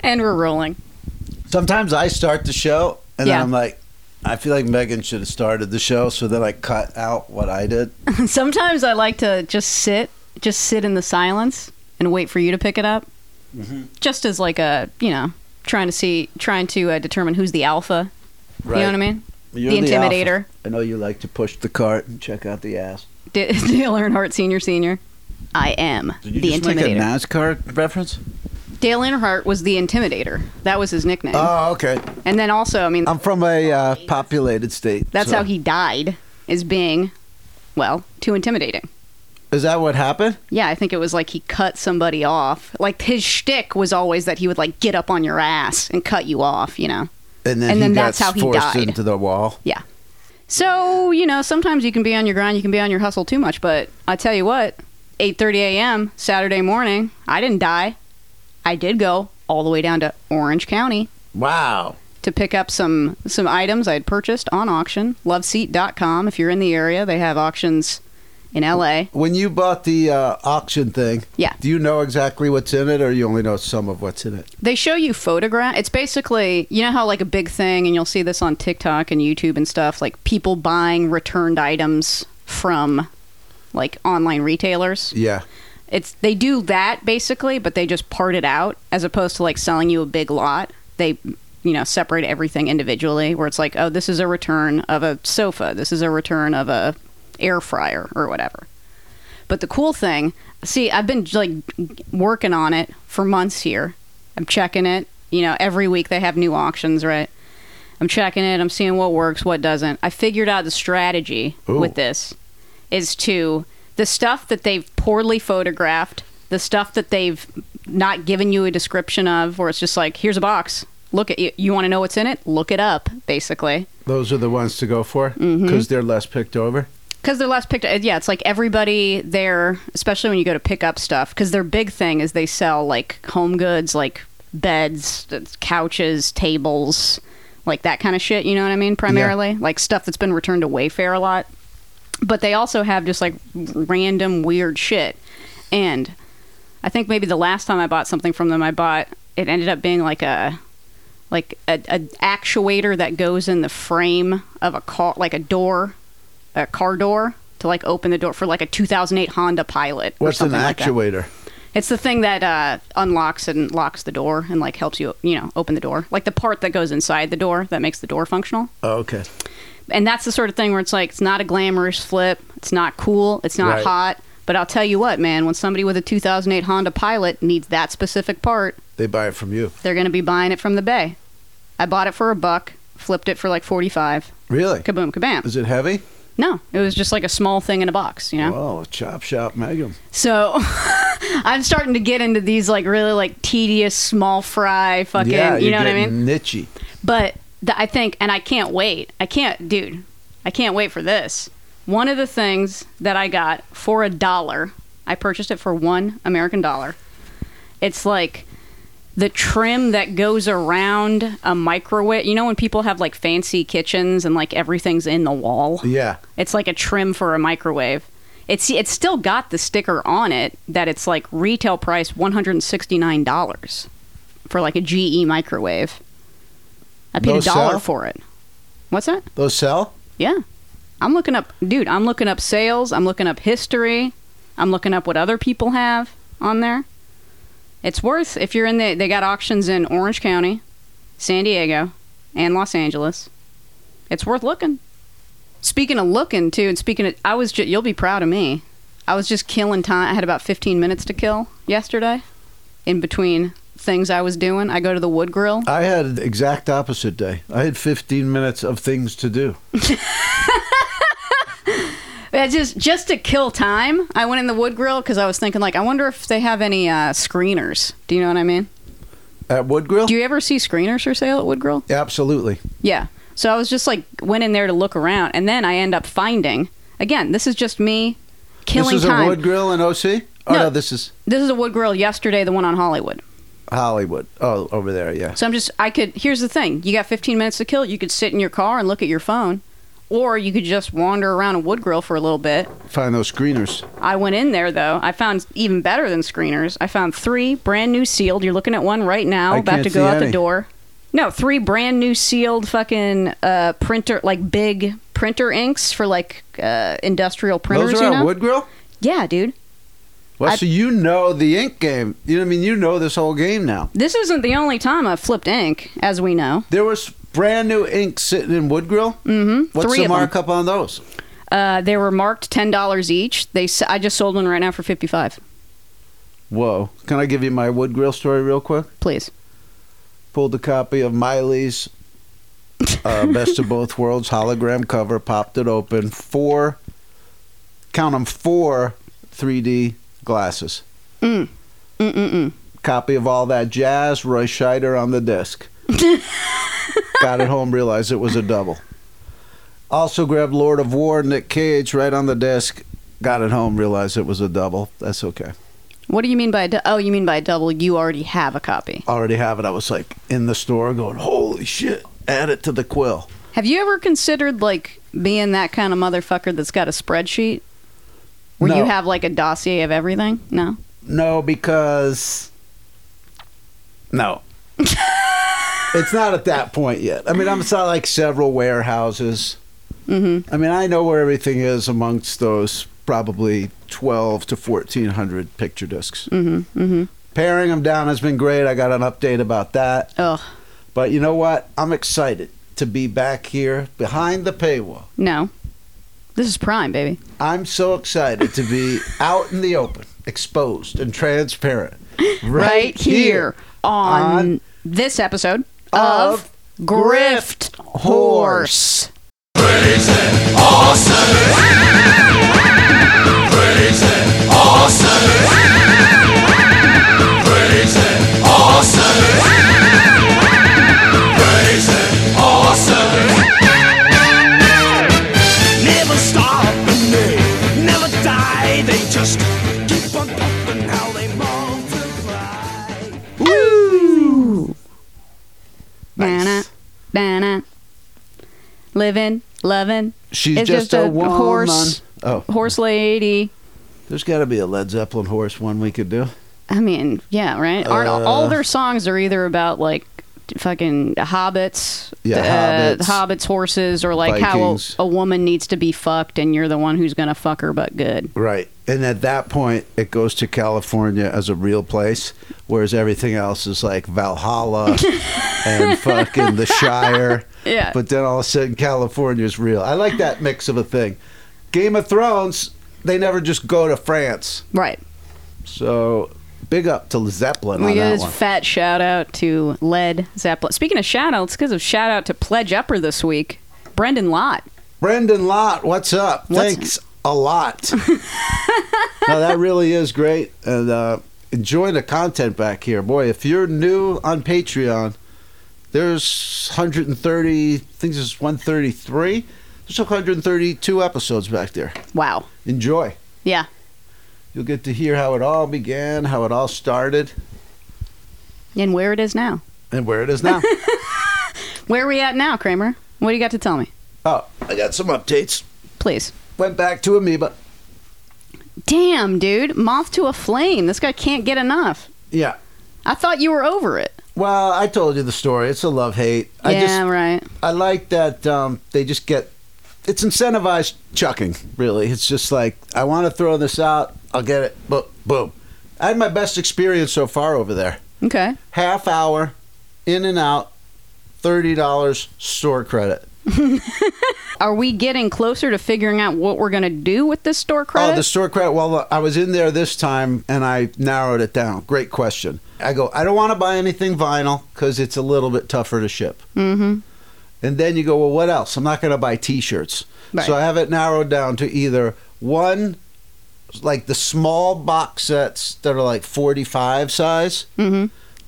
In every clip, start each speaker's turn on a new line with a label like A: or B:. A: And we're rolling.
B: Sometimes I start the show and
A: Yeah.
B: then I'm like, I feel like Megan should have started the show, so then I cut out what I did.
A: Sometimes I like to just sit, just sit in the silence and wait for you to pick it up.
B: Mm-hmm.
A: Just as like a, you know, trying to see, trying to uh, determine who's the alpha.
B: Right.
A: You know what I mean?
B: You're
A: the
B: alpha.
A: intimidator.
B: I know you like to push the cart and check out the ass.
A: D- Dale Earnhardt Sr. Sr. I am
B: Did you
A: the
B: just
A: intimidator.
B: make a NASCAR reference?
A: Dale Earnhardt was the intimidator. That was his nickname.
B: Oh, okay.
A: and then also, I mean,
B: I'm from a uh, populated state.
A: that's
B: so-
A: how he died, is being, well, too intimidating.
B: Is that what happened?
A: Yeah, I think it was like he cut somebody off. Like his shtick was always that he would like get up on your ass and cut you off, you know.
B: And then,
A: And
B: he
A: then
B: got
A: that's how he
B: forced
A: died.
B: into the wall.
A: Yeah. So, you know, sometimes you can be on your grind, you can be on your hustle too much, but I tell you what, 8:30 a.m. Saturday morning, I didn't die. I did go all the way down to Orange County
B: Wow.
A: to pick up some some items I had purchased on auction, loveseat.com if you're in the area. They have auctions in LA.
B: When you bought the uh, auction thing,
A: Yeah.
B: do you know exactly what's in it, or you only know some of what's in it?
A: They show you photograph. It's basically you know how like a big thing, and you'll see this on TikTok and YouTube and stuff, like people buying returned items from like online retailers.
B: Yeah.
A: It's they do that basically, but they just part it out as opposed to like selling you a big lot. They you know separate everything individually, where it's like, oh, this is a return of a sofa, this is a return of a air fryer or whatever. But the cool thing, see, I've been like working on it for months here. I'm checking it. You know, every week they have new auctions, right? I'm checking it. I'm seeing what works, what doesn't. I figured out the strategy
B: Ooh.
A: with this is to the stuff that they've poorly photographed, the stuff that they've not given you a description of, where it's just like, here's a box. Look at you. You want to know what's in it? Look it up, basically.
B: Those are the ones to go for because
A: Mm-hmm.
B: they're less picked over.
A: Because their last picked, uh, yeah, it's like everybody there, especially when you go to pick up stuff. Because their big thing is they sell like home goods, like beds, uh, couches, tables, like that kind of shit. You know what I mean? Primarily, like stuff that's been returned to Wayfair a lot. But they also have just like random weird shit. And I think maybe the last time I bought something from them, I bought it ended up being like a like a, a actuator that goes in the frame of a car, like a door, a car door to like open the door for like a 2008 Honda Pilot or
B: What's an
A: something like that.
B: actuator?
A: It's the thing that uh, unlocks and locks the door and like helps you, you know, open the door. Like the part that goes inside the door that makes the door functional.
B: Oh, okay.
A: And that's the sort of thing where it's like it's not a glamorous flip, it's not cool, it's not
B: Right.
A: hot. But I'll tell you what, man, when somebody with a 2008 Honda Pilot needs that specific part,
B: They buy it from you.
A: they're going to be buying it from the bay. I bought it for a buck, flipped it for like 45.
B: Really?
A: Kaboom, kabam.
B: Is it heavy?
A: No, it was just like a small thing in a box, you know?
B: Oh, chop shop Megan.
A: So I'm starting to get into these like really like tedious small fry fucking,
B: yeah,
A: you
B: you're
A: know what I mean?
B: getting Nichey.
A: But th- I think, and I can't wait. I can't, dude. I can't wait for this. One of the things that I got for a dollar, I purchased it for one American dollar. It's like the trim that goes around a microwave. You know when people have like fancy kitchens and like everything's in the wall.
B: Yeah.
A: It's like a trim for a microwave. It's it's still got the sticker on it that it's like retail price one hundred and sixty nine dollars for like a GE microwave. I paid
B: No
A: a dollar
B: sell?
A: for it. What's that?
B: Those sell?
A: Yeah, I'm looking up, dude. I'm looking up sales. I'm looking up history. I'm looking up what other people have on there. It's worth if you're in the. They got auctions in Orange County, San Diego, and Los Angeles. It's worth looking. Speaking of looking too, and speaking of, I was. Ju- you'll be proud of me. I was just killing time. I had about 15 minutes to kill yesterday, in between things I was doing. I go to the wood grill.
B: I had the exact opposite day. I had 15 minutes of things to do.
A: Yeah, just just to kill time, I went in the wood grill because I was thinking like, I wonder if they have any uh, screeners. Do you know what I mean?
B: At Wood Grill?
A: Do you ever see screeners for sale at Wood Grill?
B: Absolutely.
A: Yeah. So I was just like went in there to look around, and then I end up finding again. This is just me killing
B: this is
A: time.
B: a Wood Grill in OC? Oh, no.
A: No.
B: this is
A: This is a wood grill yesterday, the one on Hollywood.
B: Hollywood. Oh, over there, yeah.
A: So I'm just I could. Here's the thing: you got 15 minutes to kill. You could sit in your car and look at your phone, Or you could just wander around a wood grill for a little bit.
B: Find those screeners.
A: I went in there though. I found even better than screeners. I found three brand new sealed. You're looking at one right now,
B: I
A: about
B: can't
A: to go
B: see
A: out
B: any.
A: the door. No, three brand new sealed fucking uh, printer, like big printer inks for like uh, industrial printers.
B: those
A: you
B: are
A: know?
B: on wood grill.
A: Yeah, dude.
B: Well,
A: I-
B: so you know the ink game. You know, what I mean, you know this whole game now.
A: This isn't the only time I've flipped ink, as we know.
B: There was brand new ink sitting in wood grill. Mm-hmm. What's
A: Three
B: the
A: of 'em.
B: markup on those?
A: Uh, they were marked ten dollars each. They s- I just sold one right now for fifty five.
B: Whoa! Can I give you my wood grill story real quick?
A: Please.
B: Pulled a copy of Miley's uh, Best of Both Worlds hologram cover, popped it open. Four, count them four, 3D glasses.
A: Mm. Mm mm mm.
B: Copy of all that jazz. Roy Scheider on the disc. Got it home, realized it was a double. Also grabbed Lord of War, Nick Cage, right on the disc. Got it home, realized it was a double. That's okay.
A: What do you mean by a du- oh? You mean by a double? You already have a copy.
B: already have it. I was like in the store going, holy shit, add it to the quill.
A: Have you ever considered like being that kind of motherfucker that's got a spreadsheet where
B: No.
A: you have like a dossier of everything? No.
B: No, because. No. it's not at that point yet. I mean, I'm saw like several warehouses.
A: Mm-hmm.
B: I mean, I know where everything is amongst those probably 12 to 1400 picture discs.
A: Mm-hmm. Mm-hmm.
B: Pairing them down has been great. I got an update about that.
A: Oh
B: But you know what? I'm excited to be back here behind the paywall.
A: no. This is prime, baby.
B: I'm so excited to be out in the open, exposed and transparent. Right,
A: on,
B: on
A: this episode
B: of
A: of,
B: Grift
A: Grift
B: Horse.
A: Horse.
C: Never stop and they never die. They just keep on pumping how they multiply.
B: Nice.
A: Dana. Living, loving,
B: She's
A: It's
B: just,
A: just
B: a,
A: a
B: woman.
A: horse.
B: Oh,
A: horse lady.
B: there's got to be a Led Zeppelin horse one we could do.
A: I mean, yeah, right. Aren't all-
B: Uh,
A: all their songs are either about like fucking hobbits,
B: Yeah,
A: uh,
B: hobbits,
A: horses, or like
B: Vikings.
A: how a, a woman needs to be fucked, and you're the one who's gonna fuck her, but good.
B: Right. And at that point, it goes to California as a real place, whereas everything else is like Valhalla and fucking the Shire.
A: Yeah.
B: But then all of a sudden, California is real. I like that mix of a thing. Game of Thrones, they never just go to France.
A: Right.
B: So big up to Zeppelin
A: we
B: on
A: got
B: that
A: this
B: one.
A: fat shout out to Led Zeppelin. Speaking of shout outs, because of shout out to Pledge Upper this week, Brendan Lott.
B: Brendan Lott, what's up?
A: What's-
B: Thanks a lot. no, that really is great. And uh, enjoy the content back here. Boy, if you're new on Patreon, there's 130, I think there's 133. There's 132 episodes back there.
A: Wow.
B: Enjoy.
A: Yeah.
B: You'll get to hear how it all began, how it all started,
A: And where it is now.
B: and where it is now.
A: Where are we at now, Kramer? What do you got to tell me?
B: oh, I got some updates.
A: Please.
B: Went back to Amoeba.
A: Damn, dude. Moth to a flame. This guy can't get enough.
B: Yeah.
A: I thought you were over it.
B: Well, I told you the story. It's a love hate. I
A: yeah,
B: just
A: right.
B: I like that um, they just get it's incentivized chucking. Really, it's just like I want to throw this out. I'll get it. Boom, boom. I had my best experience so far over there.
A: Okay.
B: Half hour, in and out, thirty dollars store credit. Oh,
A: Are we getting closer to figuring out what we're going to do with this store credit?
B: Oh, the store credit. Well, I was in there this time and I narrowed it down. Great question. I go, I don't want to buy anything vinyl because it's a little bit tougher to ship.
A: Mm-hmm.
B: And then you go, well, what else? I'm not going to buy T-shirts.
A: Right.
B: So I have it narrowed down to either one, like the small box sets that are like 45 size,
A: Mm-hmm.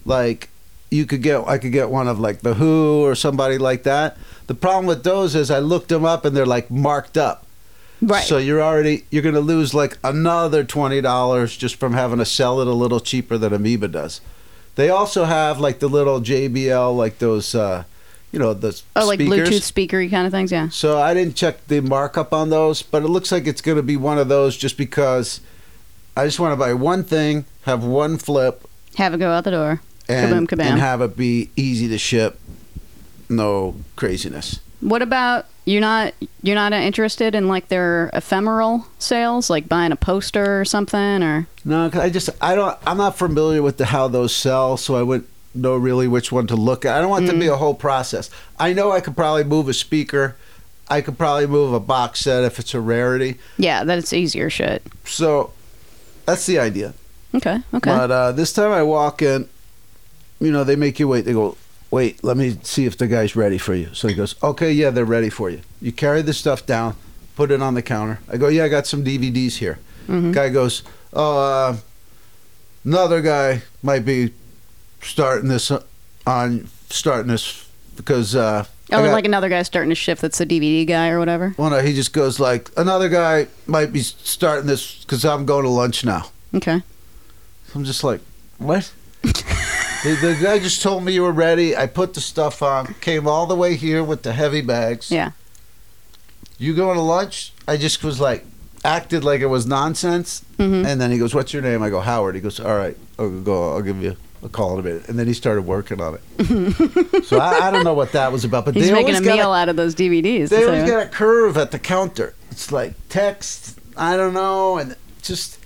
B: like you could get, I could get one of like the Who or somebody like that. The problem with those is I looked them up and they're like marked up.
A: Right.
B: So you're already you're going to lose like another twenty dollars just from having to sell it a little cheaper than Amoeba does. They also have like the little JBL like those uh, you know, the
A: Oh, like
B: speakers.
A: Bluetooth speakery kind of things. Yeah.
B: So I didn't check the markup on those, but it looks like it's going to be one of those just because I just want to buy one thing, have one flip,
A: Have it go out the door.
B: and,
A: Kaboom, kabam.
B: and have it be easy to ship. No craziness.
A: What about you're not you're not interested in like their ephemeral sales, like buying a poster or something, or
B: No, 'cause I just I don't I'm not familiar with the, how those sell, so I wouldn't know really which one to look at. I don't want it to be
A: Mm.
B: a whole process. I know I could probably move a speaker. I could probably move a box set if it's a rarity.
A: yeah, that it's easier shit.
B: So that's the idea.
A: Okay, okay.
B: But uh, this time I walk in, you know, they make you wait. They go, wait, let me see if the guy's ready for you. So he goes, okay, yeah, they're ready for you. You carry the stuff down, put it on the counter. I go, yeah, I got some DVDs here. Guy goes, oh, uh, another guy might be starting this on starting this because uh, I
A: oh,
B: got-
A: like another guy starting to shift that's a DVD guy or whatever.
B: well, no, he just goes like another guy might be starting this because I'm going to lunch now.
A: Okay.
B: I'm just like, what? the, the guy just told me you were ready. I put the stuff on, came all the way here with the heavy bags.
A: Yeah.
B: You going to lunch? I just was like, acted like it was nonsense.
A: Mhm.
B: And then he goes, what's your name? I go, Howard. He goes, all right, I'll go, I'll give you a call in a minute. And then he started working on it. so I, I don't know what that was about, but
A: He's
B: they
A: making
B: always
A: a
B: got
A: meal out of those DVDs.
B: they
A: so-
B: always got a curve at the counter. It's like text, I don't know, and just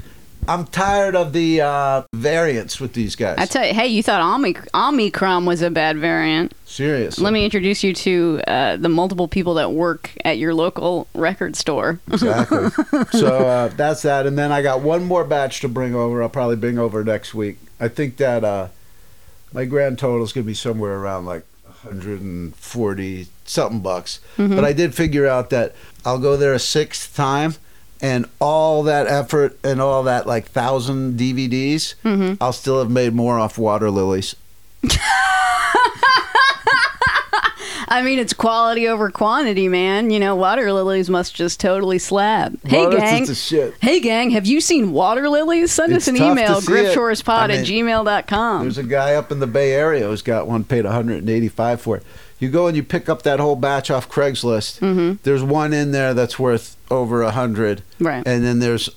B: I'm tired of the uh, variance with these guys.
A: I tell you, hey, you thought Omic- Omicron was a bad variant.
B: Serious.
A: Let me introduce you to uh, the multiple people that work at your local record store.
B: Exactly. so uh, that's that, and then I got one more batch to bring over. I'll probably bring over next week. I think that uh, my grand total is going to be somewhere around like 140 something bucks.
A: Mm-hmm.
B: But I did figure out that I'll go there a sixth time. And all that effort and all that like thousand DVDs,
A: Mm-hmm.
B: I'll still have made more off water lilies.
A: I mean, it's quality over quantity, man. You know, water lilies must just totally slap. Hey,
B: Well, that's
A: gang.
B: just a shit.
A: Hey, gang, have you seen water lilies? Send
B: It's
A: us an
B: tough
A: email,
B: to see it.
A: gripshorespod
B: I
A: at gmail.com.
B: There's a guy up in the Bay Area who's got one paid 185 for it. You go and you pick up that whole batch off Craigslist.
A: Mm-hmm.
B: There's one in there that's worth over a hundred,
A: Right.
B: and then there's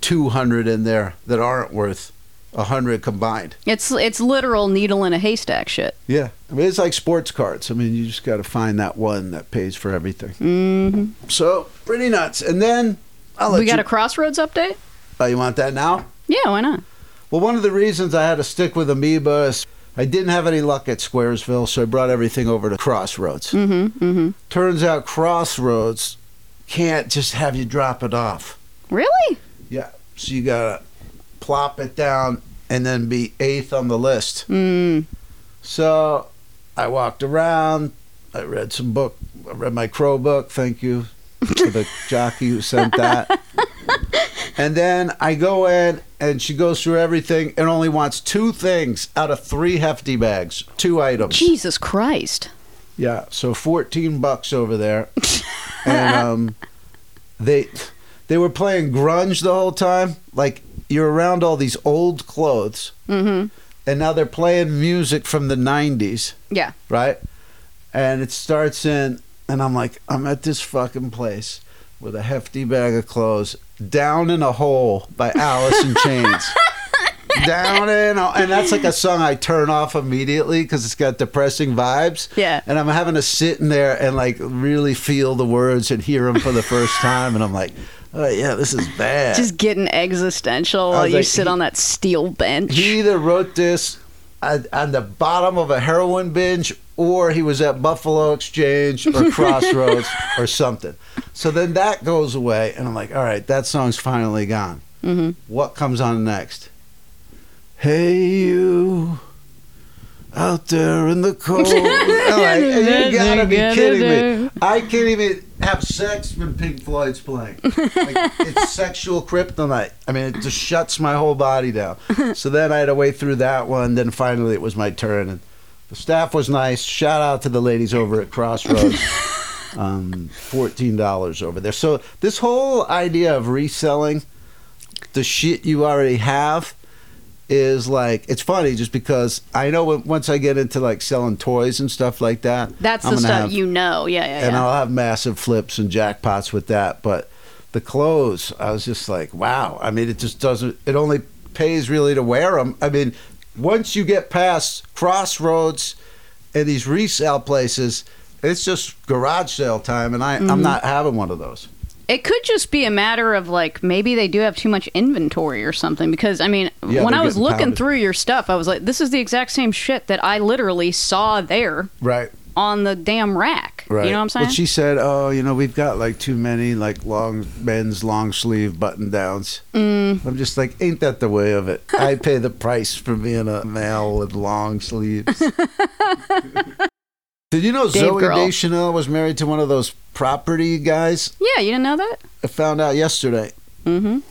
B: 200 in there that aren't worth a hundred combined.
A: It's, it's literal needle in a haystack shit.
B: Yeah, I mean it's like sports cards. I mean you just got to find that one that pays for everything.
A: hmm
B: So pretty nuts. And then I'll let
A: We got
B: you.
A: a crossroads update?
B: oh, you want that now?
A: Yeah, why not?
B: Well, one of the reasons I had to stick with Amoeba is I didn't have any luck at Squaresville, so I brought everything over to Crossroads.
A: Mm-hmm, mm-hmm.
B: Turns out Crossroads can't just have you drop it off.
A: Really?
B: Yeah. So you gotta plop it down and then be eighth on the list.
A: Mm.
B: So I walked around. I read some book. I read my crow book. Thank you to the jockey who sent that. And then I go in, and she goes through everything and only wants two things out of three hefty bags, two items.
A: Jesus Christ.
B: Yeah, so fourteen bucks over there, and um, they they were playing grunge the whole time. Like you're around all these old clothes,
A: Mm-hmm.
B: and now they're playing music from the '90s
A: Yeah.
B: right? And it starts in, and I'm like, I'm at this fucking place with a hefty bag of clothes, down in a hole by Alice in Chains. down in, a, and that's like a song I turn off immediately because it's got depressing vibes.
A: Yeah.
B: and I'm having to sit in there and like really feel the words and hear them for the first time, and I'm like, oh yeah, this is bad.
A: Just getting existential
B: Uh, I
A: while
B: was
A: you
B: like,
A: sit
B: he-
A: on that steel bench.
B: he either wrote this on on the bottom of a heroin binge or he was at Buffalo Exchange or Crossroads or something. So then that goes away, and I'm like, all right, that song's finally gone.
A: Mhm.
B: What comes on next? Hey, you out there in the cold. I'm like, you gotta be kidding me. I can't even have sex when Pink Floyd's playing. Like, it's sexual kryptonite. I mean, it just shuts my whole body down. So then I had to wait through that one. Then finally, it was my turn, and the staff was nice. Shout out to the ladies over at Crossroads. um, Fourteen dollars over there. So this whole idea of reselling the shit you already have is like it's funny just because I know when, once I get into like selling toys and stuff like that,
A: That's
B: I'm
A: the
B: gonna
A: stuff
B: have-
A: you know. Yeah, yeah,
B: and
A: yeah.
B: I'll have massive flips and jackpots with that. But the clothes, I was just like, wow. I mean, it just doesn't. It only pays really to wear them. I mean, once you get past Crossroads and these resale places, it's just garage sale time, and I, I'm not having one of those.
A: It could just be a matter of like maybe they do have too much inventory or something because I mean
B: Yeah,
A: when
B: they're
A: I was
B: getting
A: looking
B: pounded.
A: through your stuff I was like this is the exact same shit that I literally saw there
B: Right.
A: on the damn rack.
B: Right.
A: You know what I'm saying?
B: But she said, "Oh, you know, we've got like too many like long men's long sleeve button downs." Mm. I'm just like, "Ain't that the way of it?" I pay the price for being a male with long sleeves. Did you know
A: Dave
B: Zoe
A: Grohl.
B: Deschanel was married to one of those property guys?
A: yeah, you didn't know that?
B: I found out yesterday.
A: Mhm.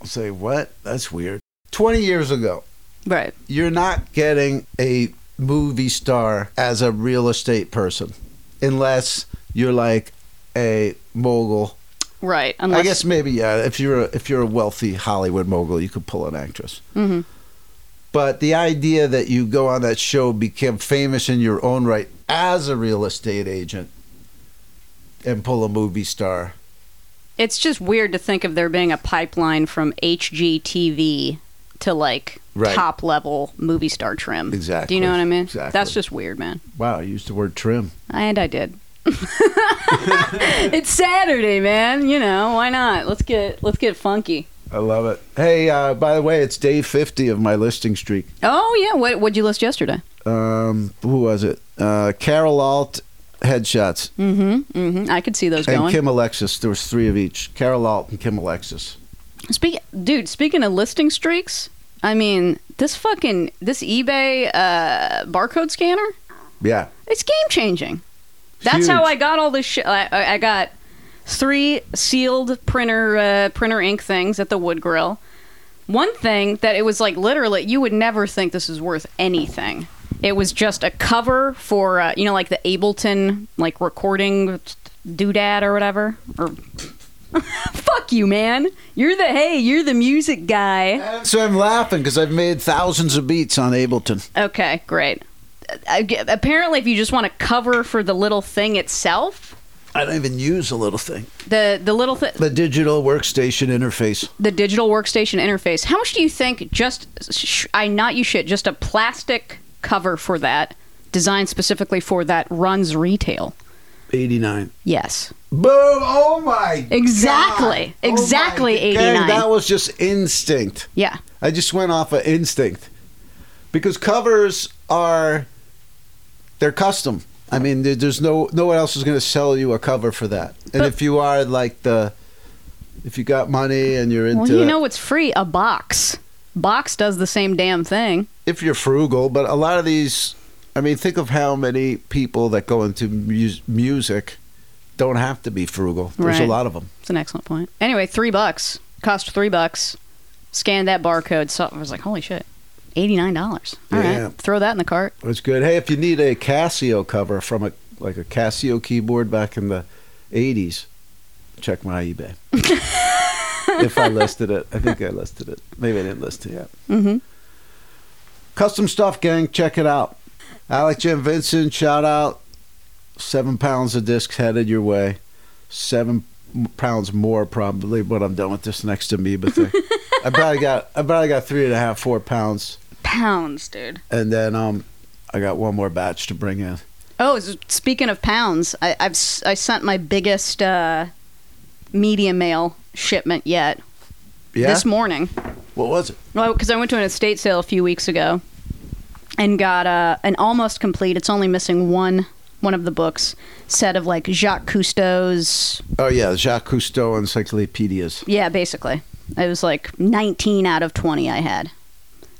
B: I'll say, "What? That's weird." Twenty years ago,
A: Right.
B: you're not getting a movie star as a real estate person unless you're like a mogul.
A: Right. Unless
B: I guess maybe yeah, if you're a, if you're a wealthy Hollywood mogul, you could pull an actress.
A: Mhm.
B: But the idea that you go on that show become famous in your own right as a real estate agent and pull a movie star.
A: it's just weird to think of there being a pipeline from HGTV to like
B: Right.
A: top level movie star trim. Do
B: Exactly.
A: you know what I mean?
B: Exactly.
A: That's just weird, man.
B: wow, I used the word trim.
A: And I did. it's Saturday, man. You know why not? Let's get let's get funky.
B: I love it. Hey, uh, by the way, it's day 50 of my listing streak.
A: Oh yeah, what what'd you list yesterday?
B: um, who was it? Uh, Carol Alt headshots
A: Mm-hmm. Mm-hmm. I could see those
B: and
A: going.
B: Kim Alexis. There was three of each. Carol Alt and Kim Alexis.
A: Speak, dude. Speaking of listing streaks, I mean this fucking this eBay uh, barcode scanner.
B: Yeah,
A: It's game changing. That's
B: Huge.
A: how I got all this shit. I, I I got three sealed printer uh, printer ink things at the wood grill. One thing that it was like literally, you would never think this is worth anything. It was just a cover for uh, you know like the Ableton like recording doodad or whatever. Or fuck you, man. You're the hey, you're the music guy.
B: so I'm laughing because I've made thousands of beats on Ableton.
A: Okay, great. Uh, I g apparently, if you just want to cover for the little thing itself,
B: I don't even use a little thing.
A: the the little thi-
B: The digital workstation interface.
A: the digital workstation interface. How much do you think just sh- I not you shit just a plastic cover for that designed specifically for that runs retail?
B: 89.
A: Yes,
B: Boom! Oh my
A: Exactly.
B: God. Oh my
A: Exactly
B: God.
A: 89.
B: That was just instinct.
A: yeah,
B: I just went off of instinct because covers are they're custom. I mean, there, there's no no one else is going to sell you a cover for that. And
A: But-
B: if you are like the if you got money and uh, you're into
A: well, you
B: that-
A: know what's free? A box. Box does the same damn thing.
B: if you're frugal, but a lot of these, I mean, think of how many people that go into mu- music don't have to be frugal. There's a
A: Right.
B: lot of them.
A: It's an excellent point. Anyway, three bucks cost three bucks. Scanned that barcode, so I was like, holy shit, eighty nine dollars. All right,
B: Yeah.
A: throw that in the cart.
B: That's good. Hey, if you need a Casio cover from a like a Casio keyboard back in the '80s, check my eBay. if I listed it, I think I listed it. Maybe I didn't list it yet.
A: Mhm.
B: Custom stuff, gang. Check it out. Alex Jim Vincent, shout out. Seven pounds of discs headed your way. Seven m- pounds more probably when I'm done with this next amoeba thing. I probably got I probably got three and a half, four pounds,
A: Pounds, dude.
B: and then um, I got one more batch to bring in.
A: Oh, s- speaking of pounds, I, I've s- I sent my biggest uh, media mail shipment yet
B: Yeah.
A: this morning.
B: what was it?
A: Well, because I went to an estate sale a few weeks ago and got uh, an almost complete. It's only missing one one of the books set of like Jacques Cousteau's.
B: Oh yeah, Jacques Cousteau encyclopedias.
A: Yeah, basically, it was like 19 out of 20 I had.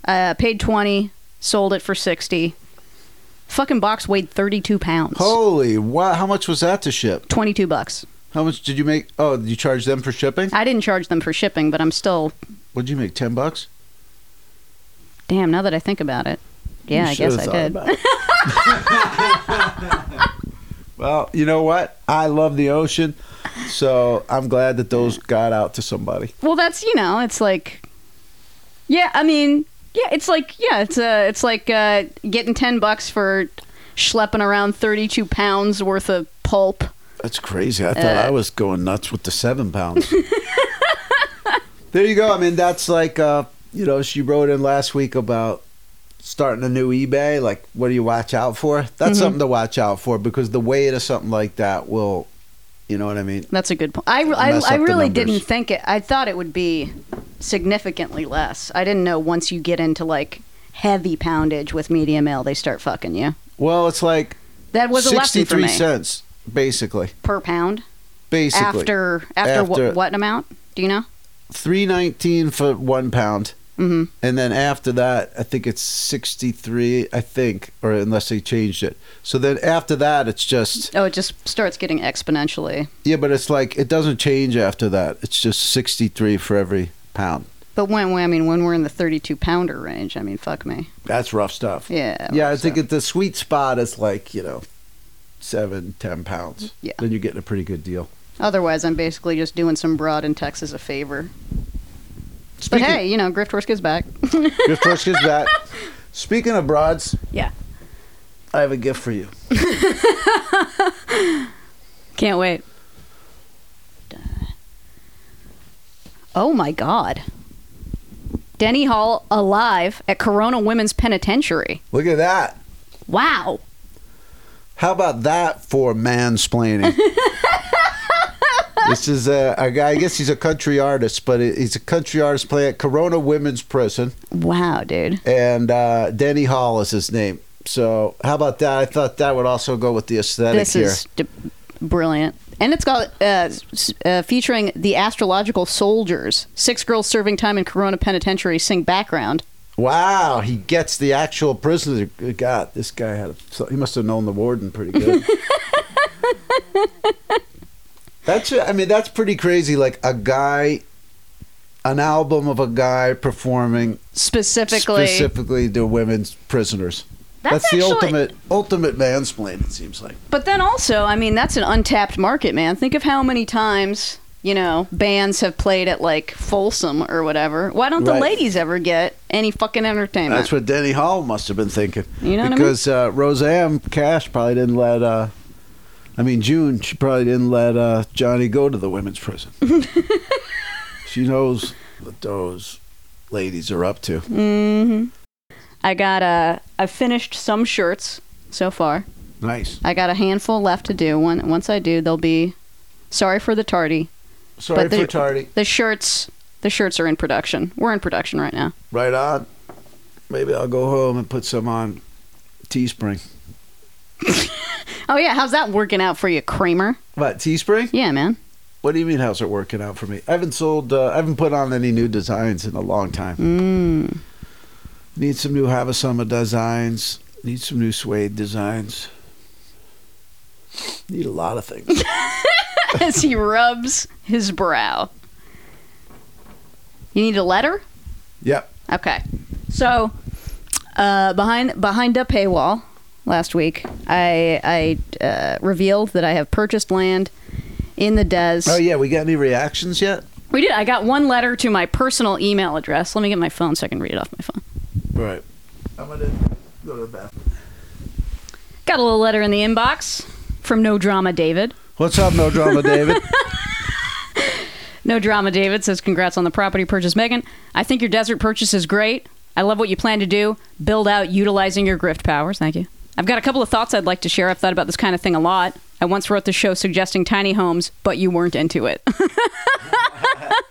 A: Uh, paid 20, sold it for 60. Fucking box weighed 32 pounds.
B: Holy wow! How much was that to ship?
A: 22 bucks.
B: How much did you make? Oh, did you charge them for shipping?
A: I didn't charge them for shipping, but I'm still
B: What'd you make? Ten bucks?
A: damn. Now that I think about it, yeah,
B: You
A: I
B: should've
A: guess I
B: thought
A: did.
B: about it. well, you know what? I love the ocean, so I'm glad that those got out to somebody.
A: Well, that's you know, it's like, yeah. I mean, Yeah, it's like yeah, it's uh, it's like uh, getting ten bucks for schlepping around thirty-two pounds worth of pulp.
B: That's crazy. I thought
A: Uh,
B: I was going nuts with the seven pounds. there you go. I mean, that's like, uh, you know, she wrote in last week about starting a new eBay. Like, what do you watch out for? That's
A: Mm-hmm.
B: something to watch out for because the weight of something like that will, you know what I mean?
A: That's a good point. I, I,
B: Mess up
A: I
B: the
A: really
B: numbers.
A: didn't think it. I thought it would be significantly less. I didn't know once you get into like heavy poundage with medium mail, they start fucking you.
B: Well, it's like
A: That was a lesson for
B: 63
A: me
B: cents, basically.
A: per pound
B: Basically.
A: after after, wh-
B: After-
A: what, amount? Do you know?
B: 319 for one pound.
A: hmm
B: And then after that, I think it's 63, I think, or unless they changed it. So then after that, it's just,
A: Oh, it just starts getting exponentially.
B: yeah, but it's like, it doesn't change after that. It's just 63 for every pound.
A: But when I mean when we're in the thirty-two pounder range, I mean fuck me.
B: That's rough stuff.
A: Yeah.
B: yeah, I
A: so-
B: think at the sweet spot is like, you know, seven, ten pounds.
A: Yeah.
B: Then you're getting a pretty good deal.
A: Otherwise, I'm basically just doing some broad in Texas a favor. But
B: Speaking,
A: hey, you know, Grift Horse gives back.
B: your first gift back. Speaking of broads,
A: Yeah.
B: I have a gift for you.
A: Can't wait. Oh my God. Denny Hall alive at Corona Women's Penitentiary.
B: Look at that.
A: Wow.
B: How about that for mansplaining? this is a, a guy, I guess he's a country artist, but he- he's a country artist playing at Corona Women's Prison,
A: Wow, dude.
B: and uh, Denny Hall is his name. So, how about that? I thought that would also go with the aesthetic
A: This
B: here.
A: is d- brilliant. And it's got uh, s- uh, featuring the astrological soldiers. Six girls serving time in Corona Penitentiary sing background.
B: Wow, he gets the actual prisoner. Good God, this guy had a, so he must have known the warden pretty good. that's I mean that's pretty crazy. Like a guy, an album of a guy performing
A: Specifically,
B: specifically to women's prisoners.
A: That's
B: the
A: actually-
B: ultimate ultimate mansplain. It seems like
A: But then also, I mean, that's an untapped market, man. Think of how many times, you know, bands have played at like Folsom or whatever. Why don't the
B: Right.
A: ladies ever get any fucking entertainment?
B: that's what Denny Hall must have been thinking.
A: You know what I mean?
B: because uh, Roseanne Cash probably didn't let. Uh, I mean June, she probably didn't let uh, Johnny go to the women's prison. she knows what those ladies are up to.
A: hmm I got a. I finished some shirts so far.
B: Nice.
A: I got a handful left to do. One once I do, they'll be. Sorry for the tardy.
B: Sorry
A: But they-
B: for tardy.
A: The shirts. The shirts are in production. We're in production right now.
B: Right on. Maybe I'll go home and put some on Teespring.
A: Oh yeah, how's that working out for you, Kramer?
B: What Teespring?
A: Yeah, man.
B: What do you mean? How's it working out for me? I haven't sold. Uh, I haven't put on any new designs in a long time.
A: Mm.
B: Need some new Havasama designs. Need some new suede designs. Need a lot of things.
A: as he rubs his brow. You need a letter?
B: yep.
A: Okay. So, uh, behind behind a paywall last week, I I uh, revealed that I have purchased land in the Des.
B: Oh yeah. We got any reactions yet?
A: We did. I got one letter to my personal email address. Let me get my phone so I can read it off my phone.
B: Right. I'm gonna go to the bathroom.
A: Got a little letter in the inbox from No Drama David.
B: What's up, no drama, David?
A: No drama, David says, Congrats on the property purchase, Megan. I think your desert purchase is great. I love what you plan to do. Build out utilizing your grift powers. Thank you. I've got a couple of thoughts I'd like to share. I've thought about this kind of thing a lot. I once wrote the show suggesting tiny homes, but you weren't into it.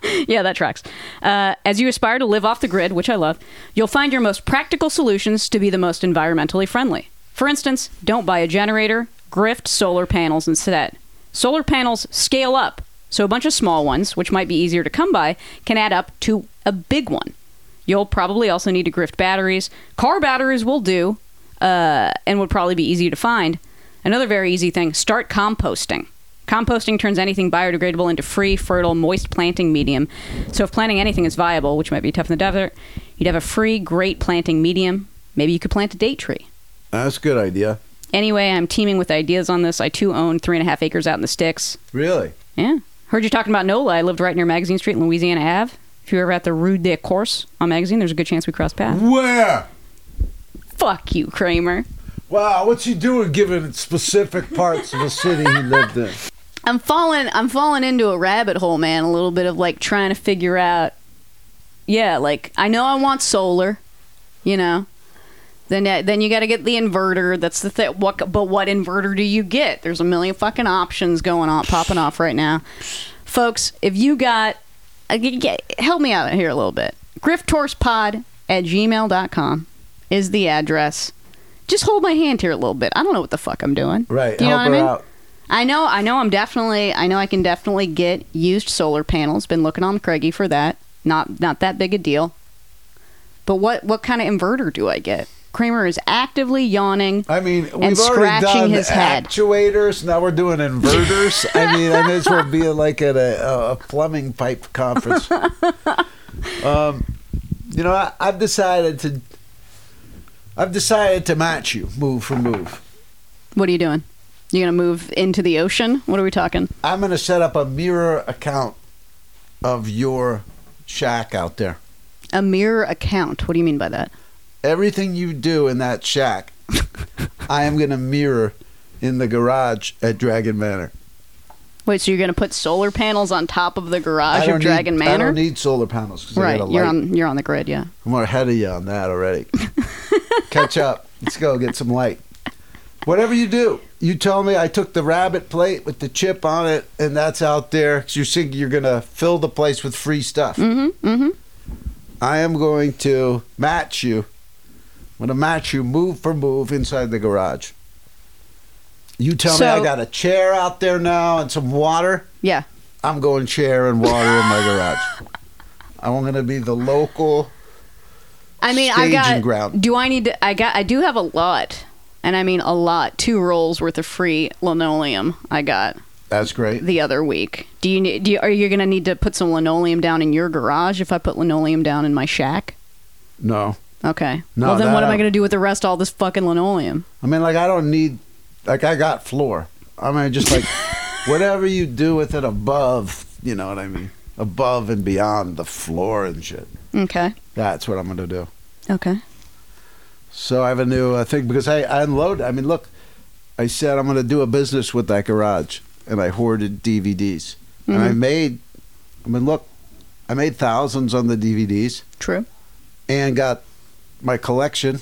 A: yeah, that tracks. Uh, as you aspire to live off the grid, which I love, you'll find your most practical solutions to be the most environmentally friendly. For instance, don't buy a generator, grift solar panels instead. Solar panels scale up, so a bunch of small ones, which might be easier to come by, can add up to a big one. You'll probably also need to grift batteries. Car batteries will do, uh, and would probably be easy to find. Another very easy thing start composting. Composting turns anything biodegradable into free, fertile, moist planting medium. So if planting anything is viable, which might be tough in the desert, you'd have a free, great planting medium. Maybe you could plant a date tree.
B: That's a good idea.
A: Anyway, I'm teaming with ideas on this. I too own three and a half acres out in the sticks.
B: Really?
A: Yeah. Heard you talking about NOLA. I lived right near Magazine Street in Louisiana Ave. If you're ever at the Rue de Course on magazine, there's a good chance we cross paths.
B: Where?
A: Fuck you, Kramer.
B: Wow, what's he doing giving specific parts of the city he lived in?
A: I'm falling I'm falling into a rabbit hole, man, a little bit of like trying to figure out Yeah, like I know I want solar, you know. Then that- then you got to get the inverter. That's the thing. What but what inverter do you get? There's a million fucking options going on popping off right now. Folks, if you got uh, g- g- help me out here a little bit. Griftorspod at gmail.com is the address. Just hold my hand here a little bit. I don't know what the fuck I'm doing.
B: Right,
A: Do you know
B: help
A: what I
B: her
A: mean?
B: out.
A: I know, I know. I'm definitely, I know. I can definitely get used solar panels. Been looking on Craigie for that. Not, not that big a deal. But what, what kind of inverter do I get? Kramer is actively yawning.
B: I mean, we've already
A: scratching
B: done
A: his head.
B: actuators. Now we're doing inverters. I mean, I may as well be like at a, a plumbing pipe conference. um, you know, I, I've decided to. I've decided to match you move for move.
A: What are you doing? You gonna move into the ocean? What are we talking?
B: I'm going to set up a mirror account of your shack out there.
A: A mirror account. What do you mean by that?
B: Everything you do in that shack, I am going to mirror in the garage at Dragon Manor.
A: Wait, so you're gonna put solar panels on top of the
B: I
A: garage
B: don't
A: of Dragon
B: need, I
A: Manor?
B: don't need solar panels 'cause I
A: right,
B: got a
A: you're
B: light.
A: on, you're on the grid. Yeah.
B: I'm ahead of you on that already. Catch up. Let's go get some light. Whatever you do, you tell me I took the rabbit plate with the chip on it, and that's out there. 'cause you think you're gonna fill the place with free stuff.
A: Mm-hmm. Mm-hmm.
B: I am going to match you. I'm gonna match you move for move inside the garage. You tell me I
A: So-
B: got a chair out there now and some water.
A: Yeah.
B: I'm going chair and water in my garage. I'm gonna be the local.
A: I mean, I
B: stage
A: got.
B: and ground.
A: Do I need to? I got. I do have a lot, and I mean a lot. Two rolls worth of free linoleum I got
B: That's great.
A: the other week. Do you need? Do you, are you gonna need to put some linoleum down in your garage if I put linoleum down in my shack?
B: No.
A: Okay.
B: No,
A: well, then what
B: that uh,
A: am I
B: I-
A: gonna do with the rest? of All this fucking linoleum.
B: I mean, like I don't need, like I got floor. I mean, just like whatever you do with it above, you know what I mean, above and beyond the floor and shit.
A: Okay.
B: That's what I'm gonna do.
A: Okay.
B: So I have a new uh, thing because I, I unload. I mean, look, I said I'm gonna do a business with that garage, and I hoarded DVDs, and I made. I mean, look, I made thousands on the DVDs,
A: True.
B: and got my collection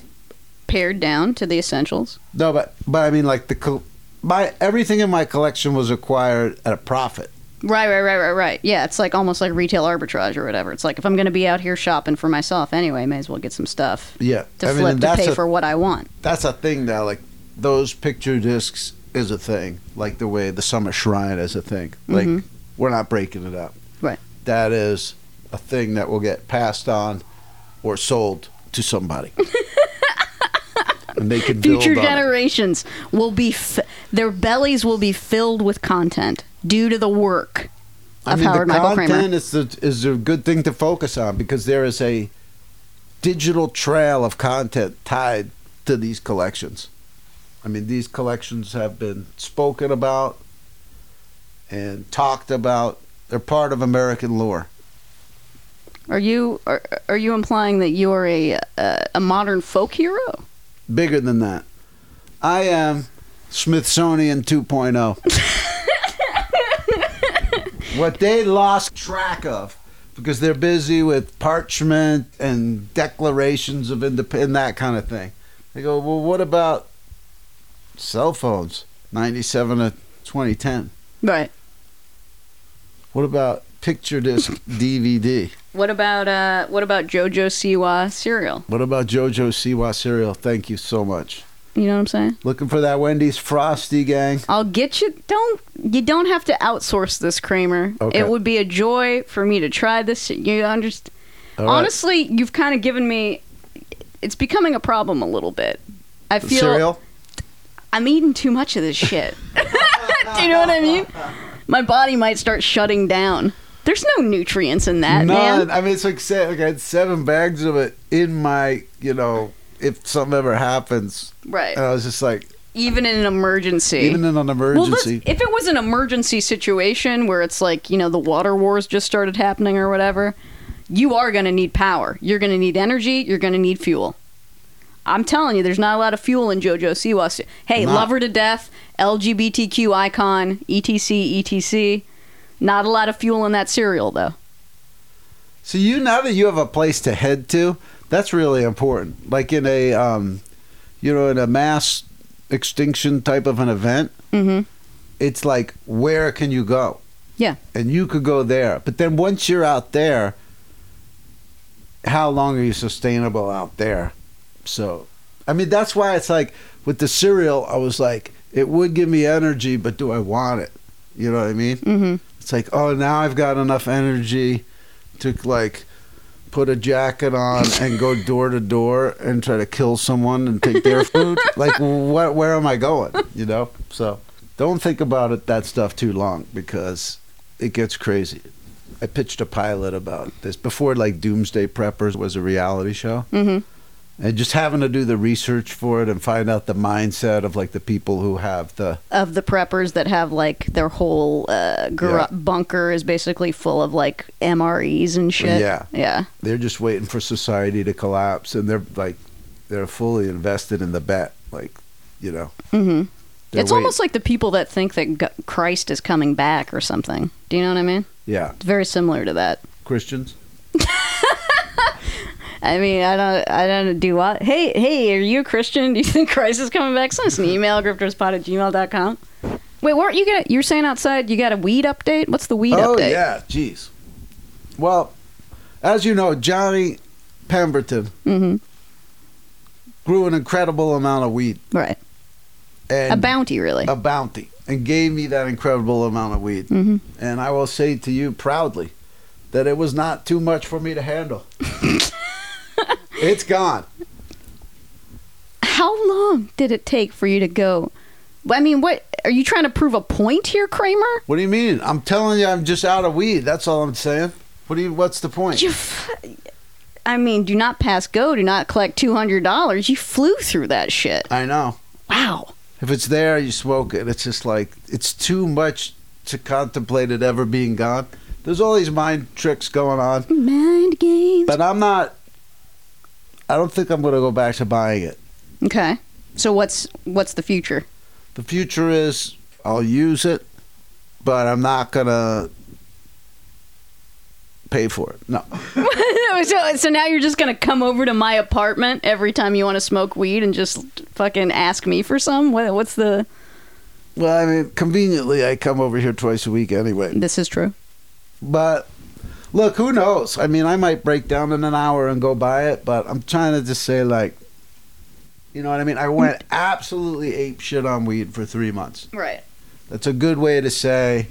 A: Pared down to the essentials.
B: No, but but I mean, like the col- my everything in my collection was acquired at a profit.
A: Right, right, right, right, right. Yeah, it's like almost like retail arbitrage or whatever. It's like if I'm going to be out here shopping for myself anyway, may as well get some stuff
B: Yeah,
A: to
B: I mean,
A: flip
B: and
A: to
B: that's
A: pay
B: a,
A: for what I want.
B: that's a thing now. Like those picture discs is a thing. Like the way the summer shrine is a thing. Like
A: Mhm.
B: we're not breaking it up.
A: Right.
B: That is a thing that will get passed on or sold to somebody. And they can build
A: future
B: on it.
A: generations will be f- their bellies will be filled with content due to the work
B: I
A: of
B: mean,
A: Howard
B: the
A: Michael
B: content
A: Kramer.
B: is the, is a good thing to focus on because there is a digital trail of content tied to these collections. I mean, these collections have been spoken about and talked about. They're part of American lore.
A: Are you are, are you implying that you are a uh, a modern folk hero?
B: Bigger than that, I am Smithsonian oh. 2.0. what they lost track of because they're busy with parchment and declarations of independence and that kind of thing. They go, well, what about cell phones, 97 to 2010?
A: Right.
B: What about picture disc DVD?
A: What about uh what about JoJo Siwa cereal?
B: What about JoJo Siwa cereal? Thank you so much.
A: You know what I'm saying?
B: Looking for that Wendy's Frosty gang.
A: I'll get you. Don't you don't have to outsource this, Kramer.
B: Okay.
A: It would be a joy for me to try this. You understand?
B: All right.
A: Honestly, you've kind of given me. It's becoming a problem a little bit. I feel
B: cereal.
A: I'm eating too much of this shit. Do you know what I mean? My body might start shutting down. There's no nutrients in that,
B: None. Uh,
A: man.
B: I mean, it's like say, like I had seven bags of it in my, you know, if something ever happens,
A: Right.
B: and I was just like,
A: even in an emergency.
B: even in an
A: Eh. well, this,
B: emergency,
A: if it was an emergency situation where it's like, you know, the water wars just started happening or whatever, you are going to need power. You're going to need energy. You're going to need fuel. I'm telling you, there's not a lot of fuel in JoJo Siwa. Hey,
B: Not.
A: love her to death, LGBTQ icon, E etc, etc. Not a lot of fuel in that cereal, though.
B: So you now that you have a place to head to, that's really important. Like in a, um, you know, in a mass extinction type of an event,
A: Mm-hmm.
B: it's like where can you go?
A: Yeah.
B: and you could go there. But then once you're out there, how long are you sustainable out there? So, I mean, that's why it's like with the cereal, I was like, it would give me energy, but do I want it? You know what I mean?
A: Mm-hmm.
B: It's like, oh, now I've got enough energy to like put a jacket on and go door to door and try to kill someone and take their food. like, what? Where am I going? You know? So, don't think about it that stuff too long because it gets crazy. I pitched a pilot about this before like Doomsday Preppers was a reality show.
A: Mm-hmm.
B: And just having to do the research for it and find out the mindset of like the people who have the
A: Of the preppers that have like their whole uh, gar-
B: Yeah.
A: bunker is basically full of like MREs and shit.
B: Yeah.
A: Yeah.
B: they're just waiting for society to collapse and they're like they're fully invested in the bet like you know
A: Mm-hmm.
B: they're
A: it's
B: wait-
A: almost like the people that think that G- Christ is coming back or something. Do you know what I mean?
B: yeah
A: It's very similar to that.
B: christians
A: I mean, I don't, I don't do what. Hey, hey, are you a Christian? Do you think Christ is coming back? Send us an email, grifterspot at gmail.com. Wait, weren't you gonna, you were saying outside you got a weed update? What's the weed
B: oh
A: update?
B: yeah jeez well as you know johnny pemberton
A: Mm-hmm.
B: grew an incredible amount of weed
A: Right.
B: and
A: a bounty, really.
B: a bounty and gave me that incredible amount of weed
A: mm-hmm.
B: and i will say to you proudly that it was not too much for me to handle it's gone
A: How long did it take for you to go? I mean, what, are you trying to prove a point here, Kramer?
B: What do you mean? I'm telling you, I'm just out of weed. That's all I'm saying. What do you? What's the point?
A: You f- I mean, do not pass go, do not collect $200. You flew through that shit.
B: I know.
A: Wow.
B: If it's there, you smoke it. It's just like it's too much to contemplate it ever being gone. There's all these mind tricks going on,
A: Mind games.
B: but I'm not. I don't think I'm going to go back to buying it.
A: okay. So what's what's the future?
B: The future is I'll use it, but I'm not going to pay for it. No.
A: so, so now you're just gonna come over to my apartment every time you want to smoke weed and just fucking ask me for some. What, what's the?
B: Well, I mean, conveniently, I come over here twice a week anyway.
A: This is true.
B: But look, who knows? I mean, I might break down in an hour and go buy it, but I'm trying to just say like you know what I mean? I went absolutely ape shit on weed for 3 months.
A: Right.
B: That's a good way to say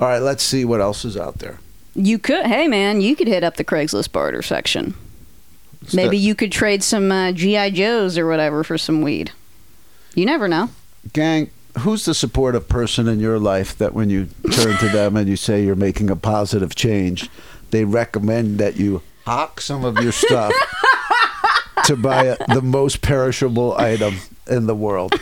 B: all right, let's see what else is out there.
A: You could. Hey man, you could hit up the Craigslist barter section. Maybe you could trade some uh, GI Joes or whatever for some weed. You never know.
B: gang, who's the supportive person in your life that when you turn to them and you say you're making a positive change, they recommend that you hock some of your stuff to buy a, the most perishable item in the world?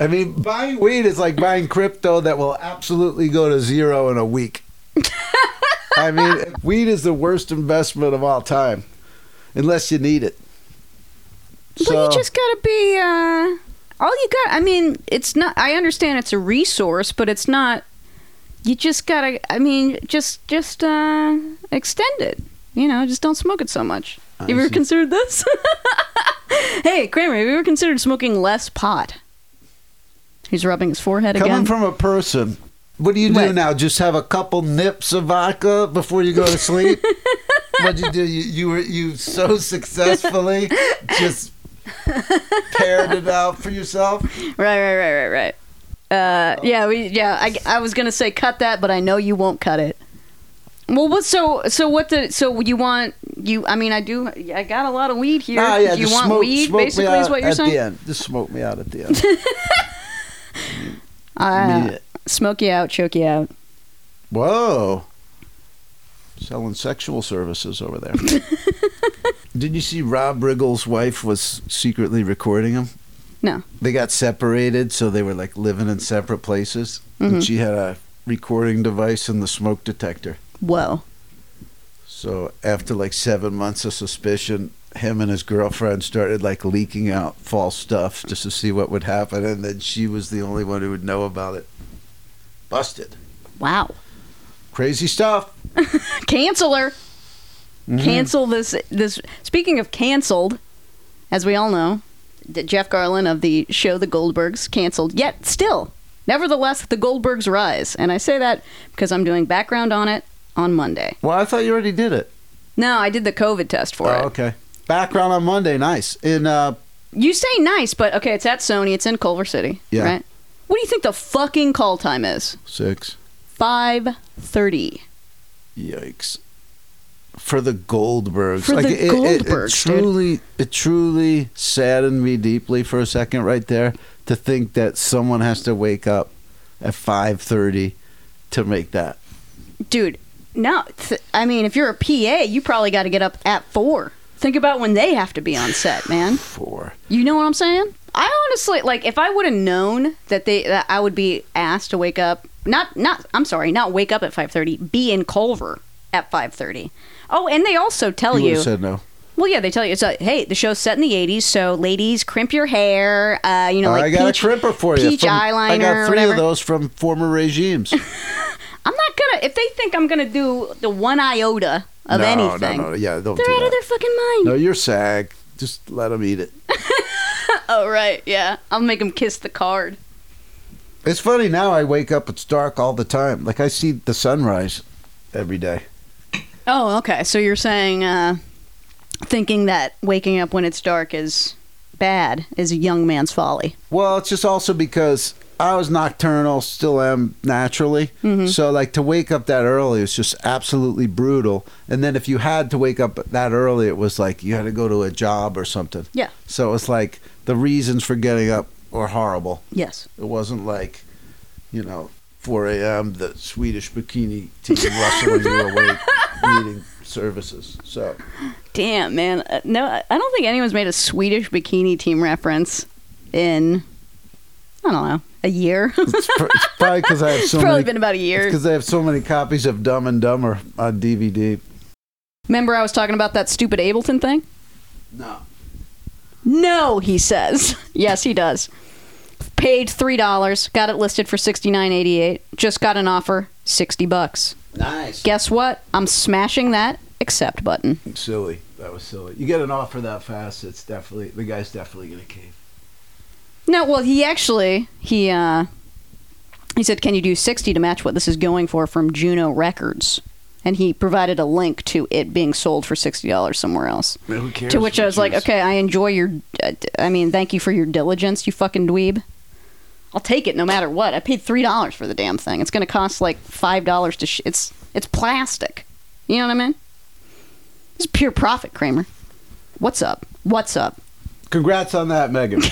B: I mean, buying weed is like buying crypto that will absolutely go to zero in a week. I mean, weed is the worst investment of all time, unless you need it.
A: Well, you just gotta be. Uh, all you got. I mean, it's not. I understand it's a resource, but it's not. You just gotta. I mean, just just uh, extend it. You know, just don't smoke it so much.
B: I
A: Have you ever
B: see.
A: considered this? hey, Kramer, have you ever considered smoking less pot? He's rubbing his forehead
B: Coming
A: again.
B: from a person, what do you do
A: What?
B: now? Just have a couple nips of vodka before you go to sleep? What'd you do? You, you were you so successfully just paired it out for yourself.
A: right, right, right, right, right. Uh, yeah, we, yeah. I, I was gonna say cut that, but I know you won't cut it. Well, what? So, so what? The so you want you? I mean, I do. I got a lot of weed here.
B: Ah, yeah,
A: you
B: just
A: want
B: smoke,
A: weed?
B: smoke
A: basically,
B: me out
A: is what you're
B: at
A: saying.
B: the end. Just smoke me out at the end.
A: Uh,
B: Mean it.
A: Smoke you out, choke you out.
B: Whoa. Selling sexual services over there. Did you see Rob Riggle's wife was secretly recording him?
A: No.
B: They got separated, so they were like living in separate places.
A: Mhm.
B: And she had a recording device and the smoke detector.
A: Whoa.
B: So after like seven months of suspicion, him and his girlfriend started like leaking out false stuff just to see what would happen, and then she was the only one who would know about it. Busted.
A: Wow.
B: Crazy stuff.
A: Canceler.
B: Mm-hmm.
A: Cancel this. This. Speaking of canceled, as we all know, that Jeff Garlin of the show The Goldbergs canceled. Yet still, nevertheless, The Goldbergs rise, and I say that because I'm doing background on it on Monday.
B: Well, I thought you already did it.
A: No, I did the COVID test for
B: Oh,
A: it.
B: okay. Background on Monday. Nice. In uh,
A: You say nice, but okay, it's at Sony. It's in Culver City.
B: Yeah.
A: Right. What do you think the fucking call time is?
B: six.
A: Five thirty.
B: Yikes. For the Goldbergs.
A: For the
B: it, it- It,
A: Goldbergs, dude.
B: truly it truly saddened me deeply for a second right there to think that someone has to wake up at five thirty to make that.
A: dude no th- i mean if you're a pa you probably got to get up at four think about when they have to be on set man
B: Four.
A: you know what i'm saying i honestly like if i would have known that they that i would be asked to wake up not not i'm sorry not wake up at 5.30 be in culver at 5.30 oh and they also tell
B: You would
A: you,
B: have said no.
A: well yeah they tell you it's like hey the show's set in the 80s so ladies crimp your hair uh you know like
B: I got
A: peach,
B: a crimper for you.
A: peach
B: from-
A: eyeliner
B: I got
A: or
B: three
A: whatever.
B: of those from former regimes.
A: i'm not gonna if they think i'm gonna do the one iota of
B: no,
A: anything
B: No, no, yeah, don't
A: They're
B: do
A: out
B: that.
A: of their fucking mind.
B: no, you're sag. Just let them eat it.
A: Oh right, yeah. I'll make him kiss the card.
B: It's funny now. I wake up. It's dark all the time. Like I see the sunrise every day.
A: Oh, okay. So you're saying uh, thinking that waking up when it's dark is bad is a young man's folly.
B: Well, it's just also because I was nocturnal, still am naturally. So, like, to wake up that early was just absolutely brutal. And then if you had to wake up that early, it was like you had to go to a job or something.
A: Yeah.
B: So it was like the reasons for getting up were horrible.
A: Yes.
B: It wasn't like, you know, 4 a.m., the Swedish bikini team rustling you awake, needing services. So,
A: Damn, man. Uh, no, I I don't think anyone's made a Swedish bikini team reference in I don't know a year.
B: it's, pr- it's probably because I have so
A: Probably
B: many.
A: been about a year.
B: because I have so many copies of Dumb and Dumber on DVD.
A: Remember, I was talking about that stupid Ableton thing.
B: No.
A: No, he says. yes, he does. Paid three dollars. Got it listed for sixty nine eighty eight. Just got an offer sixty bucks.
B: Nice.
A: Guess what? I'm smashing that accept button.
B: Silly. That was silly. You get an offer that fast, it's definitely the guy's definitely gonna cave.
A: No, well, he actually he uh he said, "Can you do 60 to match what this is going for from Juno Records?" And he provided a link to it being sold for $60 somewhere else.
B: Who cares?
A: to which I was like,
B: Jeez.
A: "Okay, I enjoy your uh, I mean, thank you for your diligence, you fucking dweeb." I'll take it no matter what. I paid $3 for the damn thing. It's going to cost like $5 to sh- it's it's plastic. You know what I mean? It's pure profit, Kramer. What's up? What's up?
B: Congrats on that, Megan.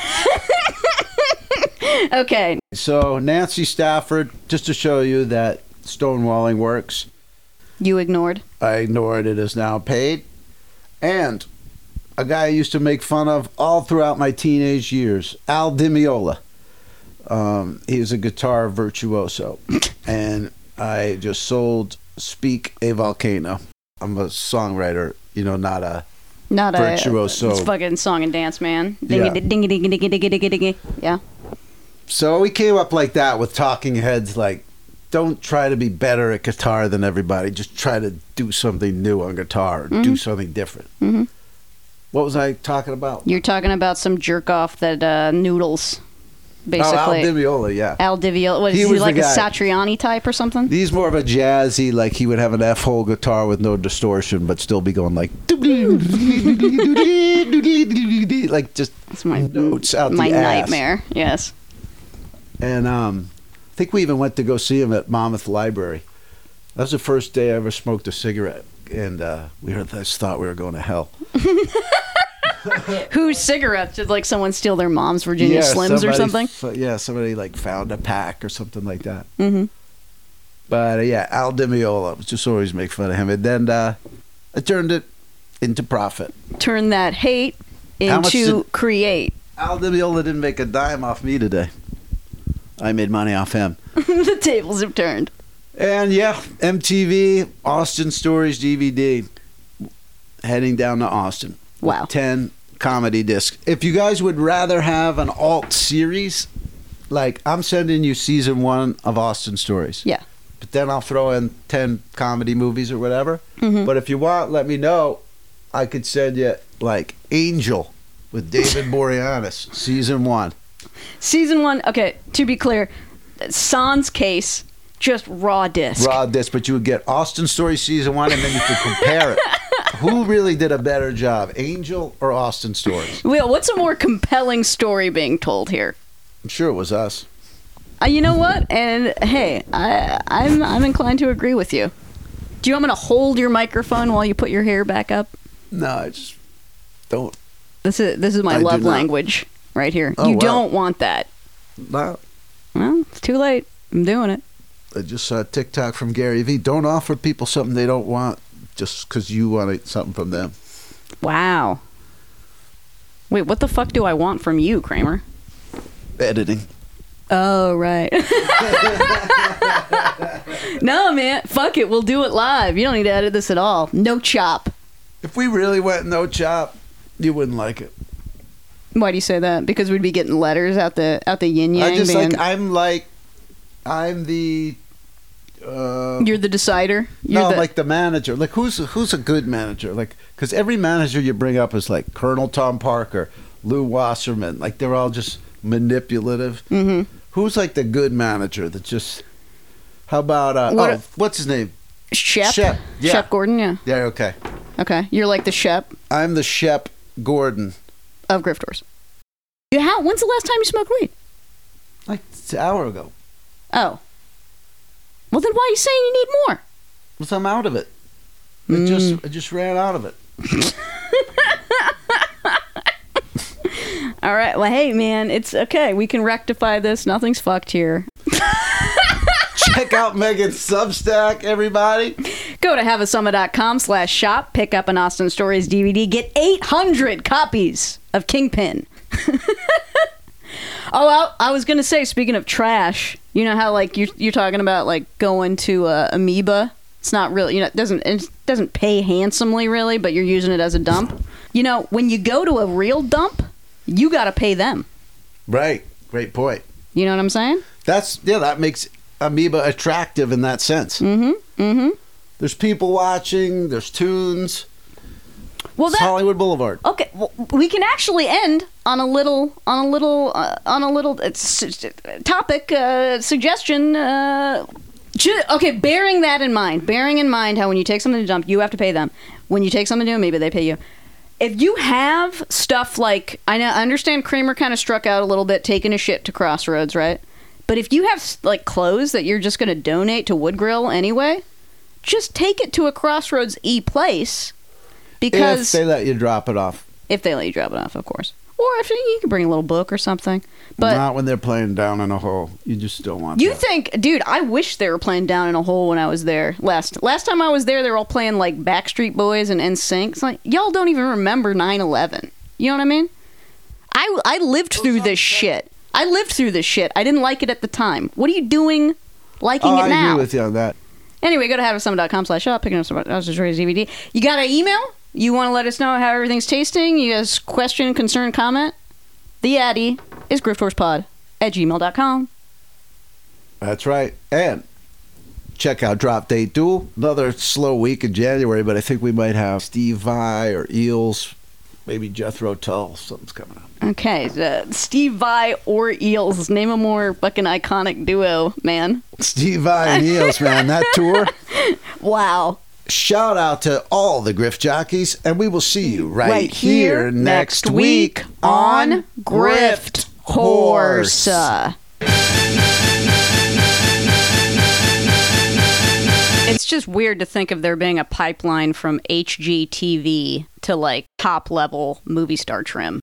A: Okay,
B: so Nancy Stafford, just to show you that stonewalling works.
A: you ignored.
B: I ignored it is now paid. And a guy I used to make fun of all throughout my teenage years, Al Dimiola. Um, he was a guitar virtuoso. and I just sold Speak a Volcano. I'm a songwriter, you know, not a.
A: Not a
B: Virtuoso.
A: It's fucking song and dance, man.
B: Yeah.
A: Dingy, dingy, dingy, dingy, dingy, dingy, dingy. Yeah.
B: So we came up like that with talking heads like, don't try to be better at guitar than everybody. Just try to do something new on guitar, or do something different.
A: Mhm.
B: What was I talking about?
A: You're talking about some jerk off that uh, noodles,
B: Oh, Al
A: basically.
B: Dimiola, yeah.
A: Al Divio. What is
B: He
A: he,
B: was the
A: like a
B: guy.
A: Satriani type or something?
B: He's more of a jazzy, like he would have an F hole guitar with no distortion, but still be going like, like just
A: That's my
B: notes out
A: my
B: the ass.
A: nightmare. Yes.
B: And um, I think we even went to go see him at Monmouth Library. That was the first day I ever smoked a cigarette, and uh, we were, I just thought we were going to hell.
A: Whose cigarettes did like someone steal their mom's Virginia Slims or
B: somebody
A: something?
B: f- yeah, somebody like found a pack or something like that.
A: Mm-hmm.
B: But uh, yeah, Al Dimiola, was just always make fun of him, and then uh, I turned it into profit.
A: Turn that hate
B: How much
A: into
B: did-
A: create.
B: Al Dimiola didn't make a dime off me today. I made money off him.
A: the tables have turned.
B: And yeah, MTV, Austin Stories DVD. heading down to Austin.
A: Wow.
B: 10 comedy discs. If you guys would rather have an alt series, like I'm sending you season one of Austin Stories.
A: Yeah.
B: But then I'll throw in 10 comedy movies or whatever.
A: Mm-hmm.
B: But if you want, let me know. I could send you like Angel with David Boreanaz, season one.
A: Season one. Okay, to be clear, Sans case just raw disc.
B: Raw disc, but you would get Austin Stories season one and then you could compare it. Who really did a better job, Angel or Austin Stories?
A: Well, what's a more compelling story being told here?
B: I'm sure it was us.
A: Uh, you know what? And hey, I, I'm I'm inclined to agree with you. Do you want me to hold your microphone while you put your hair back up?
B: No, I just don't.
A: This is this is my
B: I do
A: love
B: not.
A: language right here.
B: Oh,
A: you
B: wow.
A: don't want that.
B: No.
A: Well, it's too late. I'm doing it.
B: I just saw a TikTok from Gary Vee. Don't offer people something they don't want just because you want something from them.
A: Wow. Wait, what the fuck do I want from you, Kramer?
B: Editing.
A: Oh right. no man, fuck it. We'll do it live. You don't need to edit this at all. No chop.
B: If we really went no chop, you wouldn't like it.
A: Why do you say that? Because we'd be getting letters out the out the yin yang.
B: I just
A: being-
B: like I'm like I'm the. Uh,
A: You're the decider. You're
B: no,
A: the,
B: like the manager. Like who's who's a good manager? Like because every manager you bring up is like Colonel Tom Parker, Lou Wasserman. Like they're all just manipulative.
A: Mhm.
B: Who's like the good manager that just? How about uh,
A: What-
B: oh, what's his name?
A: Shep.
B: Shep, yeah.
A: Shep Gordon. Yeah.
B: Yeah, okay.
A: Okay. You're like the Shep
B: I'm the Shep Gordon.
A: of griftors. You how? When's the last time you smoked weed?
B: Like an hour ago.
A: Oh. Well, then why are you saying you need more?
B: Because I'm out of it. I
A: Mm.
B: just I just ran out of it.
A: All right. Well, hey, man, it's okay. We can rectify this. Nothing's fucked here.
B: Check out Megan's Substack, everybody.
A: Go to haveasummit.com slash shop, pick up an Austin Stories DVD, get 800 copies of Kingpin. oh, I, I was going to say, speaking of trash, you know how, like, you're, you're talking about, like, going to uh, Amoeba? It's not really, you know, it doesn't, it doesn't pay handsomely, really, but you're using it as a dump. You know, when you go to a real dump, you got to pay them.
B: Right. Great point.
A: You know what I'm saying?
B: That's yeah, that makes amoeba attractive in that sense.
A: Mm.
B: Mm-hmm. Mm-hmm. There's people watching, there's tunes.
A: Well,
B: It's
A: that, Oh,
B: Hollywood Boulevard.
A: Okay, well, we can actually end on a little, on a little, uh, on a little uh, s- s- topic uh, suggestion. Uh, ju- okay, bearing that in mind, bearing in mind how when you take something to dump, you have to pay them. When you take something to maybe they pay you. If you have stuff like I know, I understand Kramer kind of struck out a little bit, taking a shit to Crossroads, right? But if you have s- like clothes that you're just going to donate to Wood Grill anyway, just take it to a Crossroads e place.
B: If
A: Because
B: they let you drop it off.
A: if they let you drop it off, of course. Or if you, you can bring a little book or something. But
B: Not when they're playing down in a hole. You just don't want
A: you
B: that.
A: think, dude, I wish they were playing down in a hole when I was there last. Last time I was there, they were all playing like Backstreet Boys and NSYNC. It's like y'all don't even remember 9/11. You know what I mean? I I lived through this shit. I lived through this shit. I didn't like it at the time. What are you doing? Liking
B: Oh,
A: it
B: I
A: now.
B: agree with you on that.
A: Anyway, go to haveasummit.com slash shop, picking up some Austin's DVD. You got an email? You want to let us know how everything's tasting? You guys question, concern, comment? The Addy is grifthorspod at gmail.com.
B: That's right. And check out Drop Date Duel. Another slow week in January, but I think we might have Steve Vai or Eels, maybe Jethro Tull. Something's coming up.
A: Okay, uh, Steve Vai or Eels. Name a more fucking iconic duo, man.
B: Steve Vai and Eels, man. That tour.
A: Wow.
B: Shout out to all the Griff jockeys, and we will see you right, here next week
A: on Grift
B: Grift
A: Horse. Uh, It's just weird to think of there being a pipeline from HGTV to like top level movie star trim.